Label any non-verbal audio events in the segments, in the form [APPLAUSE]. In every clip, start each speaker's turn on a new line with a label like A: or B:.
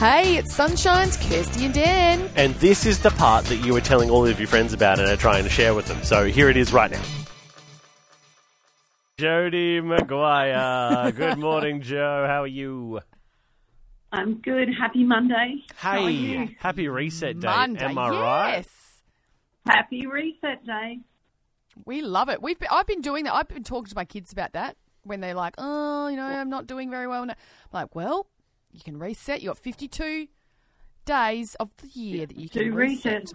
A: Hey, it's Sunshine's Kirsty and Dan.
B: And this is the part that you were telling all of your friends about and are trying to share with them. So here it is right now. Jody Maguire. Good
C: [LAUGHS]
B: morning, Joe. How are you?
C: I'm good. Happy Monday.
B: Hey, happy reset day.
A: Monday,
B: Am I
A: yes.
B: right?
C: Happy reset day.
A: We love it. We've been, I've been doing that. I've been talking to my kids about that when they're like, "Oh, you know, I'm not doing very well." And I'm like, "Well, you can reset. You got 52 days of the year that you can
C: Do
A: reset."
C: reset.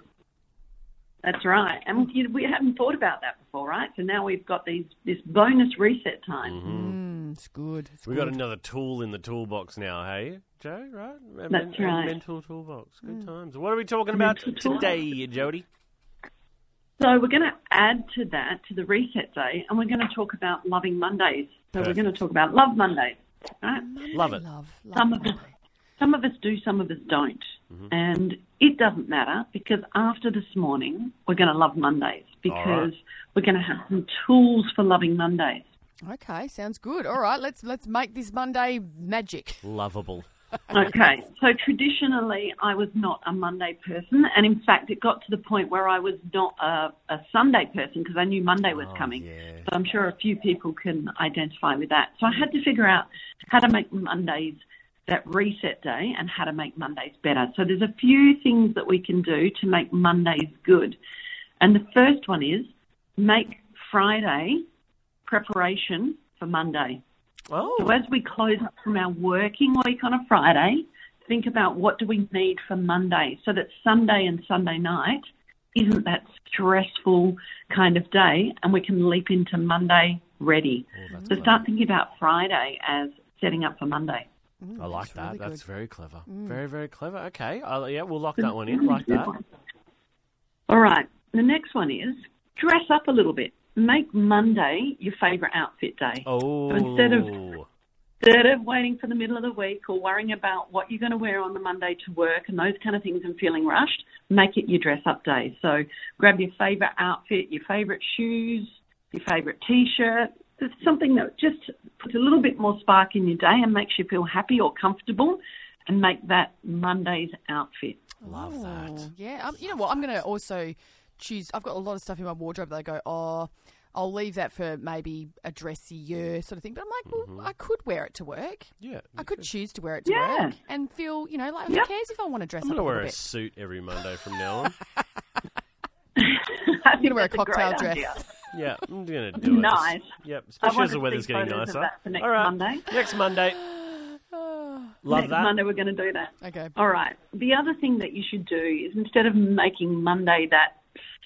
C: That's right. And you- we haven't thought about that before, right? So now we've got these this bonus reset time.
A: Mm, it's good. It's
B: We've got
A: good.
B: another tool in the toolbox now, hey, Joe, right? A
C: That's
B: a
C: right. Mm.
B: Mental toolbox. Good times. What are we talking about
C: Mental toolbox.
B: today, Jody?
C: So we're going to add to that to the reset day, and we're going to talk about loving Mondays. So
B: Perfect.
C: we're going to talk about love Mondays. Right?
B: Love it.
A: Love, love.
C: Some of us, some of us do, some of us don't, and it doesn't matter because after this morning, we're going to love Mondays because we're going to have some tools for loving Mondays.
A: Okay, sounds good. All right, let's let's make this Monday magic.
B: Lovable.
C: Okay, so traditionally I was not a Monday person, and in fact, it got to the point where I was not a, a Sunday person because I knew Monday was coming.
B: yeah.
C: So I'm sure a few people can identify with that. So I had to figure out how to make Mondays that reset day and how to make Mondays better. So there's a few things that we can do to make Mondays good. And the first one is make Friday preparation for Monday. So
B: Oh,
C: as we close up from our working week on a Friday, think about what do we need for Monday so that Sunday and Sunday night isn't that stressful kind of day and we can leap into Monday ready. so start thinking about Friday as setting up for Monday.
A: Mm,
B: I like
A: that's
B: that.
A: really
B: That's
A: good. Mm.
B: very clever. Very, very clever. Okay. i yeah, we'll lock that one
C: [LAUGHS]
B: in. Like that.
C: All right. The next one is dress up a little bit. Make Monday your favourite outfit day.
B: Oh.
C: instead of- instead of waiting for the middle of the week or worrying about what you're going to wear on the Monday to work and those kind of things and feeling rushed, make it your dress up day. So grab your favourite outfit, your favourite shoes, your favourite t shirt. Something that just puts a little bit more spark in your day and makes you feel happy or comfortable and make that Monday's outfit. [LAUGHS]
B: Love that.
A: Oh, Yeah. Um, you know what? I'm going to also choose. I've got a lot of stuff in my wardrobe that I go, oh, I'll leave that for maybe a dressier
B: Mm.
A: sort of thing. But I'm like, well,
B: Mm-hmm.
A: I could wear it to work.
B: Yeah.
A: I could choose to wear it to
C: Yeah.
A: work and feel, you know, like who
C: Yeah.
A: cares if I want to dress
B: I'm
A: up a
B: going to wear
A: little
B: a
A: bit?
B: suit every Monday from now
A: [LAUGHS]
B: on.
C: I'm
A: I'm going to wear a cocktail dress.
B: Yeah, I'm going to do it.
C: Nice.
B: Yep,
C: I
B: especially
C: want
B: as the
C: to
B: weather's
C: see
B: getting
C: photos of
B: nicer.
C: that for next
B: All right.
C: Monday.
B: Next
A: [SIGHS]
B: Monday. Love
C: Next
B: that.
C: Monday, we're going to do that.
A: [LAUGHS] Okay.
C: All right. The other thing that you should do is instead of making Monday that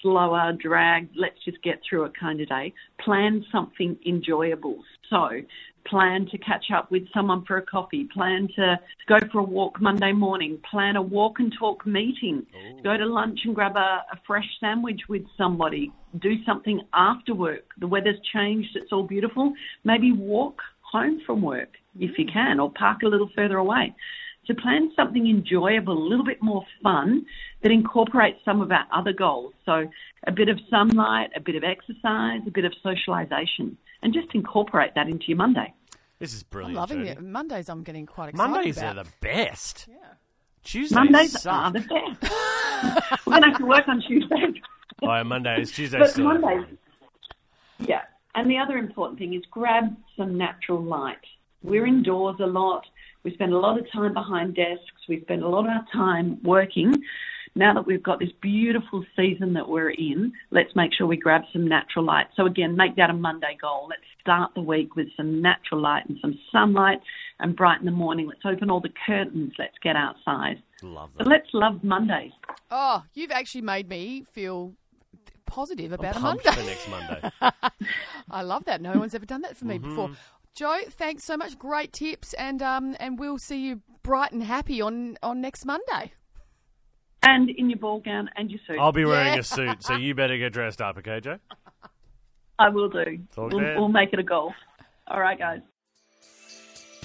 C: slower, drag, let's just get through it kind of day, plan something enjoyable. So, plan to catch up with someone for a coffee, plan to go for a walk Monday morning, plan a walk and talk meeting, go to lunch and grab a, a fresh sandwich with somebody, do something after work. The weather's changed, it's all beautiful. Maybe walk home from work if you can, or park a little further away. So plan something enjoyable, a little bit more fun that incorporates some of our other goals. So a bit of sunlight, a bit of exercise, a bit of socialisation, and just incorporate that into your Monday.
B: This is
A: I'm
B: brilliant.
A: loving
B: Jodie.
A: it. Mondays, I'm getting quite excited
B: Mondays
A: about.
B: are the best. Yeah. Tuesdays
C: Mondays
B: suck.
C: are the best. We're going to have to work on Tuesdays.
B: Oh, yeah, Mondays. Tuesdays.
C: But
B: still-
C: Mondays- Yeah. And the other important thing is grab some natural light. We're indoors a lot. We spend a lot of time behind desks. We spend a lot of our time working. Now that we've got this beautiful season that we're in, let's make sure we grab some natural light. So, again, make that a Monday goal. Let's start the week with some natural light and some sunlight and brighten the morning. Let's open all the curtains. Let's get outside.
B: Love
C: But
B: that.
C: let's love Mondays.
A: Oh, you've actually made me feel positive about a
B: Pumped
A: Monday.
B: for next
A: [LAUGHS]
B: Monday.
A: I love that. No one's ever done that for me before. Joe, thanks so much. Great tips, and um, and we'll see you bright and happy on on next Monday.
C: And in your ball gown and your suit.
B: I'll be wearing
A: Yeah.
B: a suit, so you better get dressed up, okay, Joe?
C: I will do.
B: Talk
C: we'll,
B: then.
C: we'll make it a goal. All right, guys.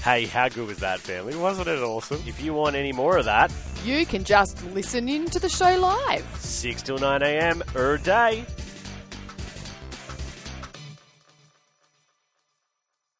B: Hey, how good was that, family? Wasn't it awesome? If you want any more of that,
A: You can just listen in to the show live.
B: 6 till 9 a.m. er day.